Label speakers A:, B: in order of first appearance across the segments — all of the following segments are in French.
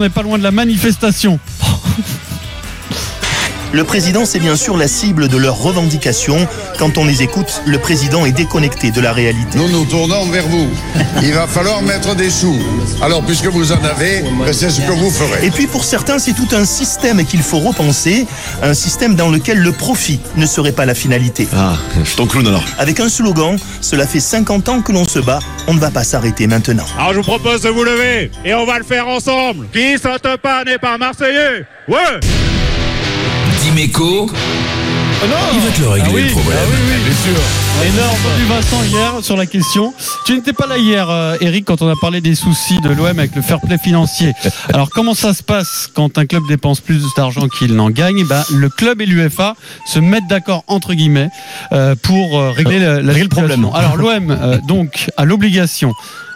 A: On n'est pas loin de la manifestation.
B: Le président, c'est bien sûr la cible de leurs revendications. Quand on les écoute, le président est déconnecté de la réalité.
C: Nous nous tournons vers vous. Il va falloir mettre des sous. Alors, puisque vous en avez, ben, c'est ce que vous ferez.
B: Et puis pour certains, c'est tout un système qu'il faut repenser, un système dans lequel le profit ne serait pas la finalité.
D: Ah, je t'en clown alors.
B: Avec un slogan, cela fait 50 ans que l'on se bat, on ne va pas s'arrêter maintenant.
E: Alors je vous propose de vous lever et on va le faire ensemble. Qui saute pas n'est pas Marseillais. Ouais.
F: Dimeco,
A: Oh non
F: il va te le régler
A: Ah oui,
F: le problème.
A: ah oui, oui. Énorme du Vincent hier sur la question. Tu n'étais pas là hier, euh, Eric, quand on a parlé des soucis de l'OM avec le fair play financier. Alors comment ça se passe quand un club dépense plus d'argent qu'il n'en gagne ben, Le club et l'UFA se mettent d'accord, entre guillemets, euh, pour euh, régler la, la
D: Régler le
A: situation.
D: problème.
A: Alors l'OM, euh, donc, a l'obligation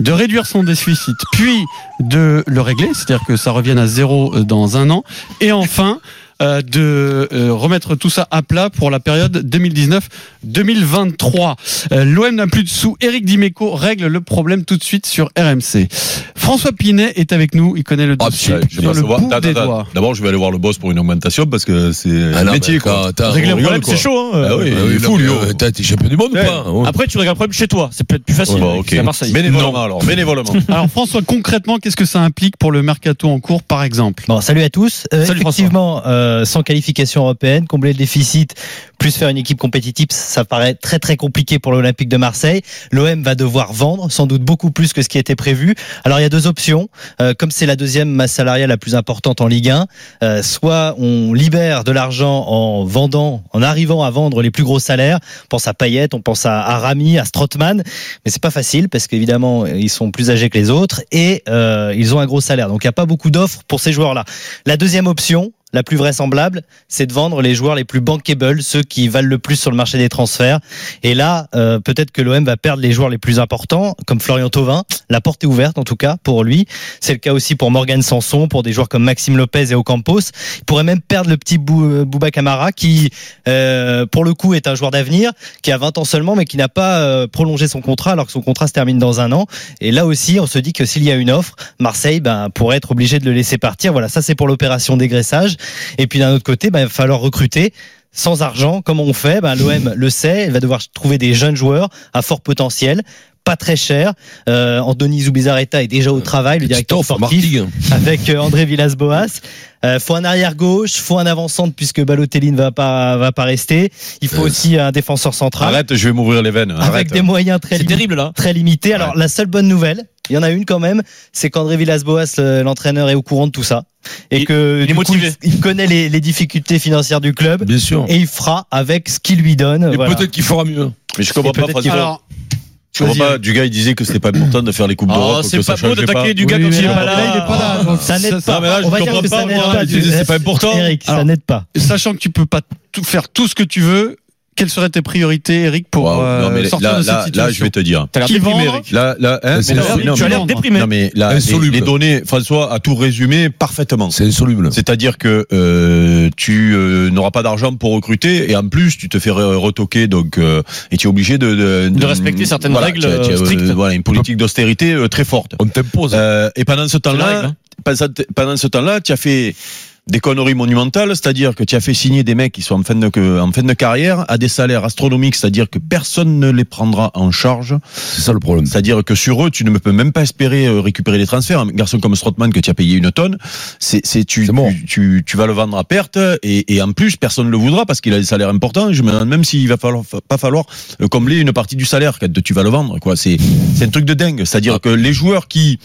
A: de réduire son déficit, puis de le régler, c'est-à-dire que ça revienne à zéro euh, dans un an, et enfin euh, de euh, remettre tout ça à plat pour la période 2019-2023. Euh, L'OM n'a plus de sous. Eric Dimeco règle le problème tout de suite sur RMC. François Pinet est avec nous. Il connaît le
G: Ah,
A: dossier.
G: putain, je vais
A: sur le
G: recevoir-
A: bout
G: Attends,
A: des
G: attends,
A: doigts.
G: D'abord, je vais aller voir le boss pour une augmentation parce que c'est
D: Ah
G: un
D: non,
G: métier,
D: mais
G: quoi.
D: attends, attends,
G: Régler
D: on
G: un problème,
D: rigole,
G: c'est
D: quoi.
G: chaud, hein.
D: Ah oui,
G: Euh, il est
D: il
G: fou,
D: fou,
G: lui.
D: T'es champion du monde ou pas Oh.
H: Après, tu le regardes chez toi, c'est peut-être plus facile.
G: Bon, bah, ok.
H: C'est à Marseille.
G: Bénévolement, alors. Bénévolement.
A: Alors François, concrètement, qu'est-ce que ça implique pour le mercato en cours, par exemple
I: Bon, salut à tous. Euh,
A: Salut,
I: effectivement, euh, sans qualification européenne, combler le déficit, plus faire une équipe compétitive, ça paraît très très compliqué pour l'Olympique de Marseille. L'OM va devoir vendre, sans doute beaucoup plus que ce qui était prévu. Alors il y a deux options. Euh, comme c'est la deuxième masse salariale la plus importante en Ligue 1, euh, soit on libère de l'argent en vendant, en arrivant à vendre les plus gros salaires. On pense à Payet, on pense à, à Rami, à Strootman, mais c'est pas facile parce qu'évidemment ils sont plus âgés que les autres et euh, ils ont un gros salaire. Donc il n'y a pas beaucoup d'offres pour ces joueurs-là. La deuxième option, la plus vraisemblable, c'est de vendre les joueurs les plus bankable, ceux qui valent le plus sur le marché des transferts. Et là, euh, peut-être que l'OM va perdre les joueurs les plus importants, comme Florian Thauvin. La porte est ouverte, en tout cas, pour lui. C'est le cas aussi pour Morgan Sanson, pour des joueurs comme Maxime Lopez et Ocampos. Il pourrait même perdre le petit Bou- euh, Bouba Camara, qui, euh, pour le coup, est un joueur d'avenir, qui a 20 ans seulement, mais qui n'a pas euh, prolongé son contrat, alors que son contrat se termine dans un an. Et là aussi, on se dit que s'il y a une offre, Marseille ben, pourrait être obligé de le laisser partir. Voilà, ça c'est pour l'opération dégraissage. Et puis d'un autre côté, ben, il va falloir recruter. Sans argent, comment on fait ben, L'OM le sait, il va devoir trouver des jeunes joueurs à fort potentiel, pas très cher. Euh, Anthony Zubizarreta est déjà au travail, le directeur
D: Christophe
I: sportif
D: Martigues.
I: avec euh, André Villas-Boas. Euh, faut un arrière gauche, faut un avant-centre puisque Balotelli ne va pas va pas rester. Il faut aussi un défenseur central
G: Arrête, je vais m'ouvrir les veines.
I: avec
G: Arrête.
I: des moyens très
H: C'est
I: limités
H: terrible là.
I: très limité. Alors la seule bonne nouvelle, il y en a une quand même, c'est qu'André Villas-Boas, le- l'entraîneur, est au courant de tout ça et
H: Il-
I: que
H: il est
I: du coup,
H: motivé.
I: il, il connaît les, les difficultés financières du club
D: Bien sûr.
I: et il fera avec ce qu'il lui donne.
D: Et
I: voilà.
D: peut-être qu'il fera mieux.
G: Mais je comprends
I: Et
G: pas,
I: peut-être qu'il
G: François.
A: Alors,
G: Je comprends pas. Du gars, il disait que c'était pas important de faire les coupes
H: Oh,
G: d'Europe. que
H: c'est
G: ça
H: pas beau
G: changeait
H: d'attaquer du gars
A: Oui,
H: quand
A: mais
H: il est
A: là,
H: pas
A: là, il
H: là.
A: est pas là. Donc,
I: Ça n'aide
G: ça,
I: pas.
G: mais là, je
I: On va dire
G: comprends
I: que
G: pas,
I: ça n'aide
G: moi,
I: pas.
G: je disais, c'est pas important.
I: Eric, ça
A: Alors,
I: n'aide pas.
A: sachant que tu peux pas tout faire tout ce que tu veux, quelles seraient tes priorités, Eric, pour
G: Waouh,
A: euh,
G: non, mais
A: sortir
G: là,
A: de cette
G: là,
A: situation
G: là, je vais te dire.
H: T'as l'air
A: Qui
H: déprimé,
A: vend
H: Eric.
G: Là, là, hein,
D: C'est
G: mais
D: la-
G: non,
D: non,
H: Tu as
G: mais-
H: l'air déprimé.
G: non, mais là, les,
D: Insoluble.
G: les données, François a tout résumé parfaitement.
D: C'est insoluble.
G: C'est-à-dire que euh, tu euh, n'auras pas d'argent pour recruter et en plus tu te fais re- retoquer donc euh, et tu es obligé de de,
H: De respecter certaines
G: voilà,
H: règles,
G: tu as- tu as,
H: euh, strictes.
G: voilà une politique d'austérité euh, très forte.
D: On t'impose.
G: Euh, et pendant ce
H: C'est la
G: temps-là,
H: règle, hein.
G: pendant, pendant ce temps-là, tu as fait des conneries monumentales, c'est-à-dire que tu as fait signer des mecs qui sont en fin de, que- en fin de carrière à des salaires astronomiques, c'est-à-dire que personne ne les prendra en charge.
D: C'est ça le problème.
G: C'est-à-dire que sur eux, tu ne peux même pas espérer euh, récupérer les transferts. Un garçon comme Strootman que tu as payé une tonne, c'est, c'est, tu,
D: C'est mort.
G: tu, tu, tu vas le vendre à perte et, et en plus, personne ne le voudra parce qu'il a des salaires importants. Je me demande même s'il va falloir, fa- pas falloir euh, combler une partie du salaire quand tu vas le vendre. Quoi. C'est, c'est un truc de dingue. C'est-à-dire que les joueurs qui,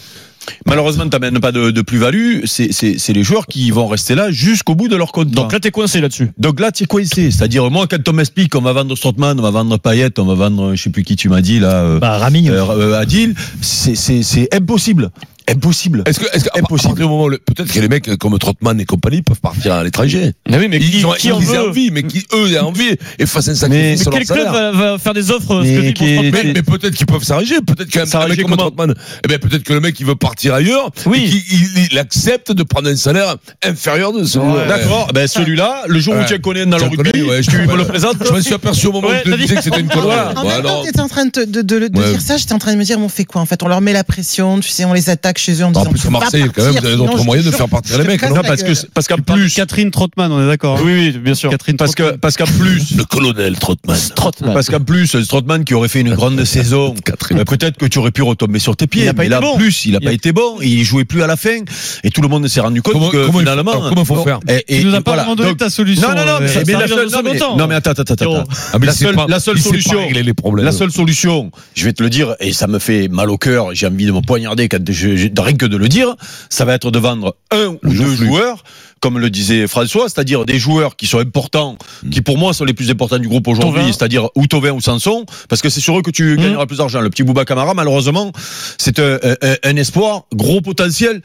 G: malheureusement, t'amènent pas de, de plus-value, c'est, c'est, c'est les joueurs qui vont rester là jusqu'au bout de leur contrat.
H: Donc là, t'es coincé là-dessus.
G: Donc là, tu sais quoi ici C'est-à-dire, moi, quand on m'explique qu'on va vendre Strootman, on va vendre Payet, on va vendre, euh, je sais plus qui tu m'as dit là. euh,
I: Bah, Rami,
G: euh, euh, Adil, c'est- c'est c'est impossible. Impossible.
D: Est-ce que, est-ce qu'à
G: Impossible.
D: partir du moment, où le- peut-être que les mecs comme Trotman et compagnie peuvent partir à l'étranger.
H: Ah oui, mais qui,
D: Ils ont-
H: qui en
D: ils aient
H: veut
D: envie, mais qui eux aient envie et fassent un
G: Mais-
D: sacrifice
H: Mais
D: sur leur
H: quel club
D: salaire.
H: va, va faire des offres euh,
G: Mais
H: ce que dit
G: qui
H: pour
A: euh,
G: est-
H: Trotman
D: Mais, mais peut-être qu'ils peuvent s'arriger, peut-être qu'un un
G: S'arranger
D: mec comme
G: comment
D: Trotman, eh bien peut-être que le mec il veut partir ailleurs,
H: Oui.
D: et qu'il il- il accepte de prendre un salaire inférieur de celui
G: D'accord, ben celui-là, le jour où
D: Ouais.
G: tu en connais un dans le
D: J'en connais,
G: rugby,
D: ouais, je
G: tu
D: me
G: me le
D: rappelle.
G: présentes.
D: Je me suis aperçu au moment
H: Ouais,
D: où je
H: t'as
D: te
H: dit-
D: disais que c'était une connerie.
J: En
D: Ouais,
J: même temps,
D: non.
J: t'es en train de, te- de, de- de
D: Ouais.
J: dire ça, j'étais en train de me dire, mais on fait quoi en fait On leur met la pression, tu sais, on les attaque
F: attaque chez eux en disant.
D: Bah, En plus,
F: tu vas
D: Marseille, quand même,
F: partir,
D: vous avez
F: sinon
D: d'autres
F: je te
D: moyens de
F: jure,
D: faire partir
F: je
D: les
F: te
D: mecs, hein.
F: casse
D: non
F: la
G: parce que,
F: gueule.
G: parce qu'en
A: Parle de
G: plus,
A: Catherine Trottmann, on est d'accord. hein
H: Oui, oui, bien sûr.
A: Catherine
G: parce que, parce qu'en plus,
D: le colonel Trottmann.
H: Trottmann.
G: Parce qu'en plus, Strootman qui aurait fait une grande saison, euh, peut-être que tu aurais pu retomber sur tes pieds.
H: Il a pas
G: mais
H: été
G: là, en
H: bon.
G: plus, il n'a
A: Il a-
G: pas été bon. Il jouait plus à la fin. Et tout le monde s'est rendu compte
D: Comment-
G: que
D: comment il faut-
G: finalement.
D: alors, comment faut faire
G: et, et-
A: tu nous as pas
G: voilà.
A: demandé
G: Donc-
A: ta solution.
G: non, non, non, mais,
A: euh,
G: mais
H: ça
G: la
H: arrive
G: seule,
H: dans un
G: non, mais-
H: second temps.
G: non, mais attends, attends, attends.
H: Pierrot.
G: attends.
D: Ah,
G: la, seule, la seule solution,
D: les problèmes.
G: la seule solution, je vais te le dire, et ça me fait mal au cœur, j'ai envie de me poignarder quand je, je- rien que de le dire, ça va être de vendre un ou deux joueurs, comme le disait François, c'est-à-dire des joueurs qui sont importants, qui pour moi sont les plus importants du groupe aujourd'hui,
H: Thauvin.
G: c'est-à-dire ou Tovin ou Sanson, parce que c'est sur eux que tu gagneras plus d'argent. Le petit Bouba Camara, malheureusement, c'est un, un- un espoir, gros potentiel.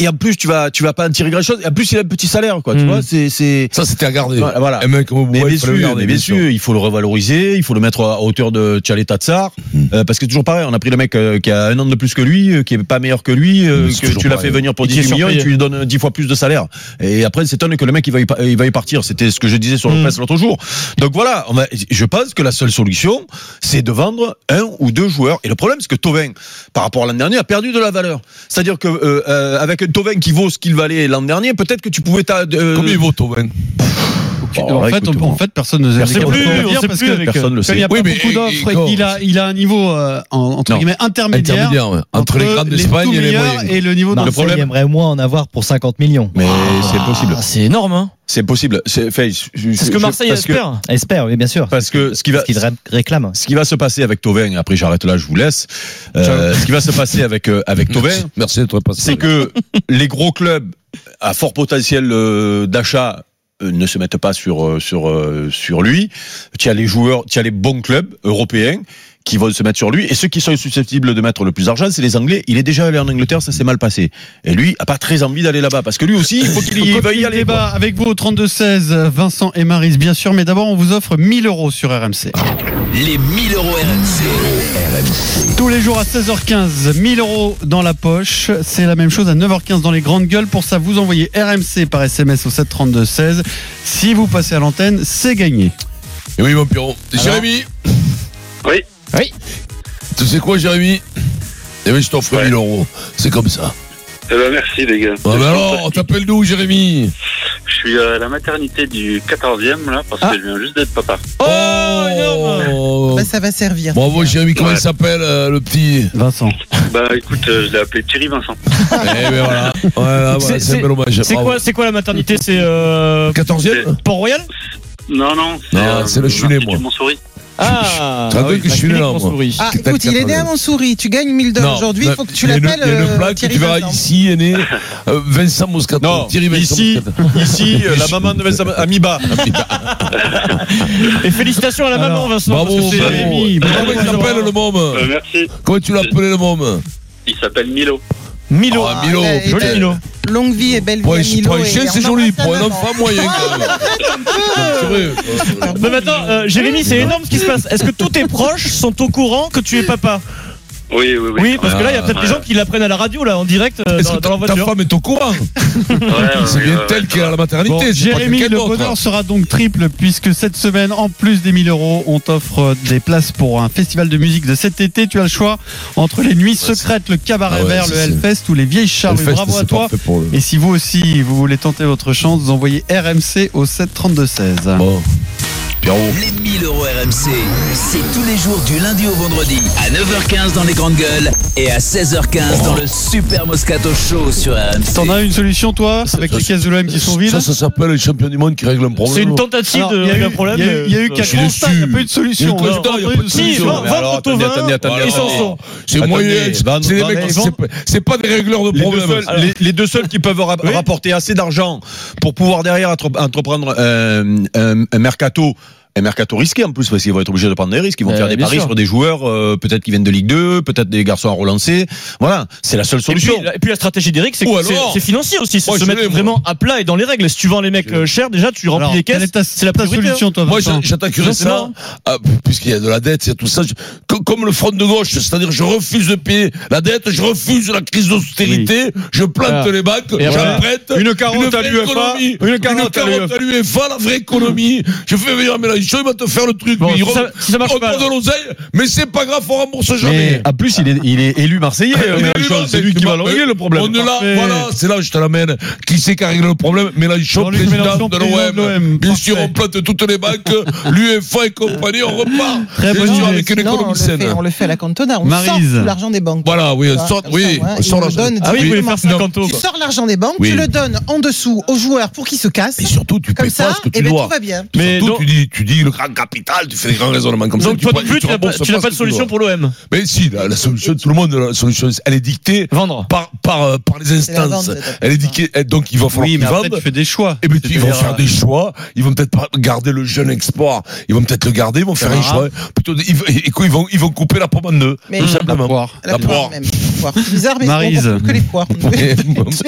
G: Et en plus, tu vas, tu vas pas en tirer grand chose. Et en plus, il a un petit salaire, quoi. Tu
H: Mm.
G: vois, c'est, c'est,
D: Ça, c'était à Eh, garder.
G: voilà.
D: Un mec comme Oboua,
G: Mais
D: il
G: bien
D: fallait
G: sûr,
D: le garder,
G: mais bien
D: bien sûr.
G: sûr, il faut le revaloriser, il faut le mettre à hauteur de Tchalé Tatsar.
D: Mhm.
G: Euh, parce que toujours pareil, on a pris le mec euh, qui a un an de plus que lui, euh, qui est pas meilleur que lui, euh,
D: Mais c'est
G: que
D: toujours
G: tu l'as
D: pareil.
G: fait venir pour
H: Et qui est
G: 18 millions et
H: surpayé.
G: tu lui donnes 10 fois plus de salaire. Et après, c'est étonne que le mec, il va y, pa- il va y partir. C'était ce que je disais sur le
D: Mhm.
H: Mm.
G: presse l'autre jour. Donc voilà, on va- je pense que la seule solution, c'est de vendre un ou deux joueurs. Et le problème, c'est que Tovin, par rapport à l'an dernier, a perdu de la valeur. C'est-à-dire que euh, euh, avec un Tovin qui vaut ce qu'il valait l'an dernier, peut-être que tu pouvais t'a- euh,
D: Combien il vaut, Tauvin
A: aucune-
G: Bon,
A: en,
G: ouais,
A: fait,
G: écoute,
A: on- en fait, personne ne
G: Personne
A: sait
G: ne sait.
A: dire
H: On sait
A: parce
H: plus
A: que
H: avec-
G: personne ne le
A: comme
G: sait.
A: il y a pas
D: Oui, mais-
A: beaucoup
D: et-
A: d'offres
D: et
A: et
D: quand-
A: qu'il a, il a un niveau euh, en- entre
G: Non.
A: guillemets intermédiaire
D: Intermédiaire, ouais. entre les grandes d'Espagne et les
A: meilleurs
D: moyennes.
A: et le niveau d'un
G: Le
I: Marseille
G: problème-
I: aimerait au moins en avoir pour 50 millions.
G: Mais c'est possible.
H: Ah, C'est énorme, hein.
G: C'est possible. C'est fait, je- je-
H: C'est ce que
G: je-
H: Marseille
G: parce que-
H: espère.
I: Espère, oui, bien sûr.
G: Parce que ce qui va-
I: qu'il ré- réclame.
G: Ce qui va se passer avec Tauvin, et après j'arrête là, je vous laisse. Euh, ce qui va se passer avec euh, avec Tauvin,
D: Merci d'être passé.
G: c'est que les gros clubs à fort potentiel euh, d'achat euh, ne se mettent pas sur euh, sur euh, sur lui. Tu as les joueurs, tu as les bons clubs européens qui vont se mettre sur lui et ceux qui sont susceptibles de mettre le plus d'argent, c'est les Anglais. Il est déjà allé en Angleterre, ça s'est mal passé. Et lui a pas très envie d'aller là-bas parce que lui aussi, il faut qu'il y
A: Il
G: veuille y aller. quoi.
A: débat avec vous au 32-16, Vincent et Marise, bien sûr, mais d'abord, on vous offre 1000 euros sur RMC.
B: Les 1000 euros
A: Tous les jours à 16h15, 1000 euros dans la poche. C'est la même chose à 9h15 dans les grandes gueules. Pour ça, vous envoyez RMC par SMS au 732-16. Si vous passez à l'antenne, c'est gagné.
D: Et oui, mon Pierrot. Jérémy
E: Oui.
H: Oui.
D: Tu sais quoi, Jérémy Eh bien, je t'offre 1000 euros. C'est comme ça.
E: Eh ben, merci, les gars.
D: Ah, mais alors, on t'appelle d'où, Jérémy
E: Je suis à la maternité du 14e, là, parce
H: Ah.
E: que je viens juste d'être papa.
H: Oh, énorme.
F: Bah, ça va servir.
D: Oh. Bravo, Jérémy. Comment
E: Ouais.
D: il s'appelle, euh, le petit
A: Vincent.
E: Bah, écoute, euh, je l'ai appelé Thierry Vincent.
D: Eh ben voilà. Voilà, voilà,
H: C'est-
D: c'est un
H: c'est-
D: bel hommage.
H: C'est
D: Bravo.
H: quoi, c'est quoi la maternité C'est euh,
D: 14e
H: Port-Royal
E: Non, non, Euh, c'est
D: Non, c'est le Chulet, moi.
E: Montsouris.
H: Ah,
D: T'as
H: ah
D: vu
H: oui,
D: que je
H: la
D: suis
H: clinique
D: là, moi.
H: Montsouris.
F: Ah,
D: Tac,
F: écoute, il est né à
D: tac,
F: Montsouris. Tu gagnes 1000 dollars aujourd'hui. Il faut que tu
D: il y a une-
F: l'appelles.
D: Il y a
F: euh,
D: une plaque que
F: Thierry
D: tu verras
F: Vincent.
D: ici, est né euh, Vincent Moscato.
G: Non,
D: Thierry Vincent
G: ici,
D: Moscato.
G: ici, euh, la maman de Vincent Amiba.
H: Et félicitations à la maman, Vincent.
D: Bravo,
H: parce que c'est-
D: bravo.
A: Jérémy.
D: Comment il s'appelle le
E: Euh,
D: môme
E: merci.
D: Comment tu l'appelais le môme
E: Il s'appelle Milo.
H: Milo.
D: Ah, Milo.
F: Ah,
D: putain.
H: Joli Milo.
F: Longue vie et belle vie.
D: Pour
F: à
D: un,
F: Milo
D: pour un
F: et hein.
D: chien,
F: on
D: c'est joli.
F: embrasse ta
D: Pour un
F: maman.
D: enfant moyen,
F: Ah,
D: quand même. C'est vrai.
H: Non, mais attends, euh, Jérémy, c'est énorme ce qui se passe. Est-ce que tous tes proches sont au courant que tu es papa
E: Oui, oui, oui.
H: Oui, parce que là, il y a peut-être
E: Ah.
H: des gens qui l'apprennent à la radio, là, en direct, euh,
D: Est-ce
H: dans,
D: que
H: dans leur
D: ta, ta
H: voiture.
D: femme est au courant
E: Ouais, ouais,
D: C'est
E: ouais,
D: bien
E: ouais,
D: tel
E: ouais,
D: qu'elle est à la
A: Bon,
D: maternité. c'est pas
A: Jérémy,
D: quelqu'un
A: le
D: d'autre. hein.
A: bonheur sera donc triple puisque cette semaine, en plus des 1000 euros, on t'offre des places pour un festival de musique de cet été. Tu as le choix entre les nuits secrètes, le cabaret
D: Ah ouais,
A: vert,
D: c'est-
A: le
D: c'est-
A: Hellfest ou les vieilles charrues.
D: Le fest,
A: Bravo à
D: c'est
A: toi.
D: parfait pour le-
A: Et si vous aussi, vous voulez tenter votre chance, vous envoyez RMC au 732-16.
D: Bon. Pierrot.
J: Les 1000 euros RMC, c'est tous les jours du lundi au vendredi à 9h15 dans les grandes gueules et à 16h15 dans le Super Moscato Show sur RMC.
A: T'en as une solution, toi, avec les caisses de l'OM qui sont vides
D: Ça, ça s'appelle les champions du monde qui règlent un problème.
H: C'est une tentative
A: Alors,
H: de
A: il y a
H: régler
A: eu-
H: un problème.
A: Il y a eu- il y a eu
H: mais-
A: qu'un
D: suis
A: constat, il n'y a
D: déçu.
A: pas eu de solution.
D: Il y a eu constat, il y a pas de
H: Si,
D: solution.
H: vendre
G: Mais alors,
H: au
G: attendez,
H: vin,
G: attendez, attendez,
H: ils s'en
G: attendez.
H: sont.
D: C'est moyen.
G: Attendez,
D: C'est des
G: Van-
D: mecs qui-
G: Van-
D: c'est pas- C'est pas des régleurs
G: Les
D: de
G: deux,
D: problèmes.
G: seuls, les, les deux seuls qui peuvent ra- rapporter assez d'argent pour pouvoir derrière entre- entreprendre euh, un, un mercato. Un mercato risqué en plus parce qu'ils vont être obligés de prendre des risques, ils vont
H: Euh,
G: faire des
H: bien
G: paris
H: sûr.
G: sur des joueurs euh, peut-être qui viennent de Ligue 2, peut-être des garçons à relancer. Voilà, c'est la seule
H: Et puis,
G: solution.
H: la- et puis la stratégie d'Eric, c'est
D: Ou
H: que c'est
D: alors-
H: c'est financier aussi,
G: Oh,
H: c'est
D: Moi,
H: se
D: je l'ai,
H: mettre
D: moi.
H: vraiment à plat et dans les règles. Si tu vends les mecs euh, chers, déjà tu remplis
A: Alors,
H: les
A: quelle
H: caisses.
A: est ta,
H: C'est la
A: ta
H: priorité.
A: solution, toi,
D: Moi,
A: Vincent
D: j'a- j'attaquerais
H: Non, c'est
D: ça,
H: marrant.
D: ah, puisqu'il y a de la dette, il y a tout ça, je- co- comme le front de gauche, c'est-à-dire je refuse de payer la dette, je refuse la crise d'austérité, je plante
H: Voilà.
D: les banques,
H: Et voilà.
D: j'emprunte,
G: Une carotte
D: vraie
G: à l'UEFA,
D: économie,
G: une carotte à
D: à l'UEFA, la vraie économie, je fais venir Mélenchon, chaud, il va te faire le truc.
G: Bon,
D: il
G: si
D: re-
G: ça- si ça marche
D: on
G: pas,
D: prend de
G: alors.
D: l'oseille, mais c'est pas grave, on rembourse jamais.
G: Mais en plus, il est, il est élu Marseillais.
D: Il est
G: Mélenchon.
D: là,
G: C'est lui qui va
D: mais
G: l'enlever le problème.
D: On est là,
G: Parfait.
D: voilà, c'est là où je te l'amène. Qui c'est qui a réglé le problème Mélenchon,
A: Jean-Luc
D: président
A: Mélenchon,
D: de
A: président de
D: l'OM.
A: l'OM.
D: Bien sûr, on
A: Parfait.
D: plante toutes les banques, l'UEFA et compagnie, on repart.
A: Très
D: Bien
A: bonne
D: sûr,
A: idée.
D: avec
F: Non,
D: une
F: on,
D: économie
F: le
D: saine.
F: fait, on le fait à la cantona. On
A: Maryse.
F: sort tout l'argent des banques.
D: Voilà, oui,
F: Voilà,
D: sort,
F: comme
D: oui,
F: ça, voilà,
D: sort
F: il
D: l'argent.
F: le donne
D: Ah oui,
F: directement.
D: il voulait faire
F: Non.
D: 50 euros.
F: Tu sors l'argent des banques,
D: Oui.
F: tu le donnes en dessous aux joueurs pour qu'ils se cassent.
D: Et surtout, tu
F: Comme
D: payes
F: ça,
D: pas ce que
F: et
D: tu
F: ben,
D: dois.
F: tout va bien.
D: Surtout,
H: Mais donc-
D: tu, dis, tu dis le grand capital, tu fais des grands raisonnements comme ça.
H: Donc, toi,
D: tu
H: de plus, tu n'as pas,
D: rembourses
H: tu n'as
D: ce
H: pas
D: que
H: de
D: tu
H: solution
D: dois.
H: pour l'OM.
D: Mais si, la, la solution, tout le monde, la solution, elle est dictée
H: Vendre.
D: par, par, euh, par les
F: C'est la vente,
D: instances.
F: cette affaire.
D: Elle est dictée, elle- donc il va falloir
A: Oui, mais
D: qu'ils
A: après,
D: vendent.
A: tu fais des choix.
D: Et puis ils vont
A: C'est-à-dire,
D: faire des choix, ils vont peut-être pas garder le jeune export, ils vont peut-être le garder, ils vont faire un choix.
A: Camara.
D: Plutôt, ils, vont- ils vont ils vont couper la pomme en deux,
F: Mais-
D: tout
F: Mmh.
A: La
D: simplement.
A: poire.
F: La, poire,
D: poire.
F: même. Poire. C'est bizarre, mais
A: Maryse.
F: c'est bon, que les poires. On
D: Et-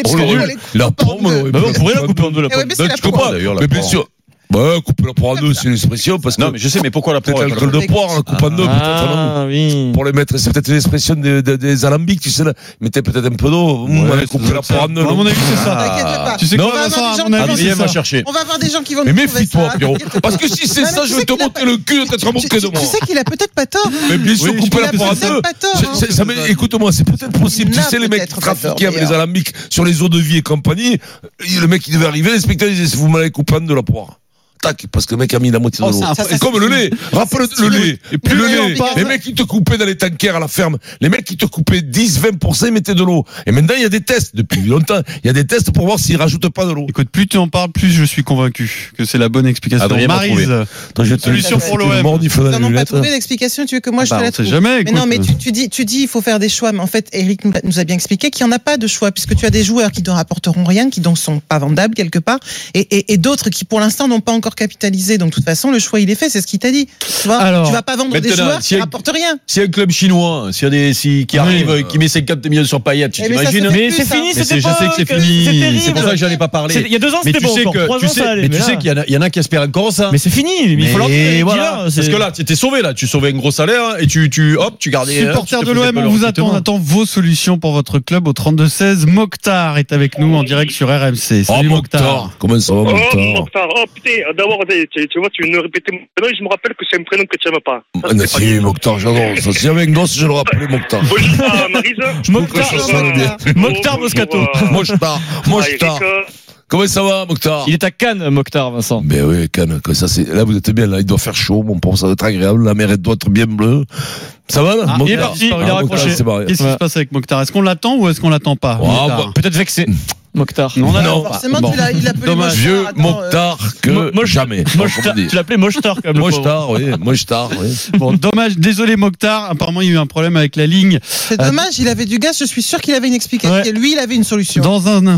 F: pour
D: on le-
F: les
D: la
F: coupe en
D: pomme,
F: deux.
D: ouais,
G: Bah, on pourrait la couper en deux, la
F: Eh ouais,
G: pomme.
F: mais c'est la
D: Je comprends
F: poire.
G: d'ailleurs, la
D: mais bien
G: poire.
D: sûr. Bah, couper la poire en deux, c'est une expression parce que
G: Non, mais je sais, mais pourquoi la
D: peut-être
G: prendre
D: l'alcool de poire, la coupe en deux. peut-être,
A: Ah.
D: non.
H: oui.
D: Pour les mettre, c'est peut-être une expression des, des, des alambics, tu sais, là. mettez peut-être un peu d'eau, Mmh, on va couper la poire en deux.
A: À mon avis, c'est ça.
F: T'inquiète
D: Ah.
F: pas.
A: Tu sais
F: On
A: quoi,
F: va avoir
A: Vincent,
F: des gens
A: à mon
G: Ah,
F: qui
A: avis,
F: vont
A: c'est
F: dire
A: ça.
G: va chercher.
F: On va avoir des gens qui vont
D: Mais
F: nous trouver
D: méfie-toi,
F: ça.
D: Pierrot.
F: T'inquiète
D: Parce
F: pas.
D: que si c'est
F: Non, mais
D: ça,
F: tu
D: je
F: sais
D: vais te
F: qu'il a
D: monter
F: pas-
D: le cul et te
F: Tu-
D: remonter
F: tu-
D: de moi.
F: Tu sais qu'il a peut-être pas tort.
D: Mais bien sûr,
F: Oui,
D: couper
F: il
D: la
F: a
D: poire en
F: peut-être
D: deux.
F: pas tort,
D: C'est-
F: hein.
D: c'est- ça m'est- Écoute-moi, c'est peut-être possible.
F: Il
D: Tu
F: a
D: sais, les mecs qui
F: peut-être pas tort,
D: trafiquaient avec les
F: d'ailleurs.
D: alambics sur les eaux de vie et compagnie, il- le mec, il devait arriver, les spectateurs, ils disaient, vous m'avez coupé en de la poire. Tac, parce que le mec a mis la moitié de
A: Oh,
D: l'eau.
A: ça, ça,
D: Et comme le lait. Rappelle
F: c'est-
D: le
F: c'est-
D: lait. Et puis
F: le
D: le
F: lait en
D: lait.
F: bas.
D: Les mecs, ils te coupaient dans les tankers à la ferme. Les mecs, qui te coupaient 10, 20%, ils mettaient de l'eau. Et maintenant, il y a des tests. Depuis longtemps, il y a des tests pour voir s'ils rajoutent pas de l'eau.
A: Écoute, plus tu en parles, plus je suis convaincu que c'est la bonne explication.
G: Adrien m'a
A: Maryse,
D: Attends, je vais te
A: Solution
D: laisser
A: pour
D: le
A: l'OM.
D: mordif dans
F: Ils n'en
D: la
F: ont pas
D: lunette.
F: trouvé d'explication. Tu veux que moi je
A: bah,
F: te
A: on
F: la
A: sait
F: trouve
A: jamais.
F: Mais non,
A: écoute.
F: mais tu, tu dis, tu dis, il faut faire des choix. Mais en fait, Eric nous- nous a bien expliqué qu'il n'y en a pas de choix, puisque tu as des joueurs qui ne rapporteront rien, qui donc sont pas vendables quelque part, et, et, et d'autres qui pour l'instant n'ont pas encore capitalisé. Donc, de toute façon, le choix il est fait. C'est ce qu'il t'a dit. Tu vois,
A: Alors,
F: tu vas pas vendre des
G: maintenant,
F: joueurs
G: si
F: qui
G: elle-
F: rapportent rien.
G: S'il y a un club chinois, s'il y a des, si, qui arrive, euh, qui met 50 millions sur Payet, tu
F: Eh, mais ça,
G: t'imagines
F: se fait
H: Mais
F: plus,
H: c'est
F: ça.
H: fini,
G: Mais
H: c'était
G: c'est-
H: pas.
G: je sais que c'est
H: terrible.
G: fini. C'est pour ça que j'en ai pas
H: C'est-
G: parlé.
H: Il y a deux ans,
G: Mais
H: c'était
G: tu
H: bon.
G: sais
H: encore.
G: que,
H: Trois
G: tu
H: ans,
G: sais,
H: ça allait.
G: mais tu
H: mais
G: sais
H: là-
G: qu'il y en a- il y en a qui espèrent encore ça.
H: Mais c'est fini. mais Il faut
G: Mais
H: l'enlever.
G: voilà. Parce que là, tu étais sauvé, là. Tu sauvais un gros salaire et tu, tu, hop, tu gardais. euh,
A: Supporters
G: tu te
A: de l'OM,
G: faisais
A: on
G: pas
A: vous
G: leur
A: attend, on
H: Ah,
G: recrutement.
A: attend vos solutions pour votre club au 32-16. Mokhtar est avec nous en direct sur RMC.
D: Oh,
A: Salut Mokhtar.
D: Mokhtar. Comment ça va,
K: Oh,
D: Mokhtar?
K: Mokhtar, oh putain, d'abord, tu, tu vois, tu me répétais mon prénom et je me rappelle que c'est un prénom que tu n'aimes pas. Ça,
D: Ah, non,
K: c'est pas
D: si, Mokhtar, j'adore ça. Si avec Noce, je le rappelais, Mokhtar.
K: Bonjour à Marise.
H: Mokhtar, euh,
D: Bonjour, ça va bien.
H: Mokhtar Moscato.
K: euh,
D: Mokhtar, Mokhtar.
K: Mokhtar.
D: Comment ça va, Mokhtar
H: Il est à Cannes, Mokhtar, Vincent.
D: Mais oui, Cannes, que ça, c'est... là, vous êtes bien, là, il doit faire chaud, mon pauvre, ça doit être agréable, la mer, elle doit être bien bleue. Ça va, là
A: Ah, il est
D: Mokhtar
A: parti, il est
D: Mokhtar,
A: raccroché.
D: c'est barré.
A: Qu'est-ce qui se passe avec Mokhtar Est-ce qu'on l'attend ou est-ce qu'on l'attend pas
D: Oh,
A: Mokhtar
D: bah,
H: Ah, Peut-être vexé, Mokhtar.
A: Non, on
D: non.
A: l'attend pas.
F: Forcément,
A: Bah, Bon.
F: tu l'as, il l'a appelé
A: Dommage.
F: Mokhtar.
D: Vieux
F: Attends, euh,
D: Mokhtar que
H: Mo- Moch-
D: jamais.
H: Mokhtar, tu l'appelais Mokhtar quand même. le pauvre.
D: Mokhtar, oui, Mokhtar, oui.
A: Bon, dommage, désolé Mokhtar, apparemment il y a eu un problème avec la ligne.
F: euh, C'est dommage. Il avait du gaz. Je suis sûr qu'il avait une explication.
A: Ouais.
F: Et lui, il avait une solution.
A: Dans un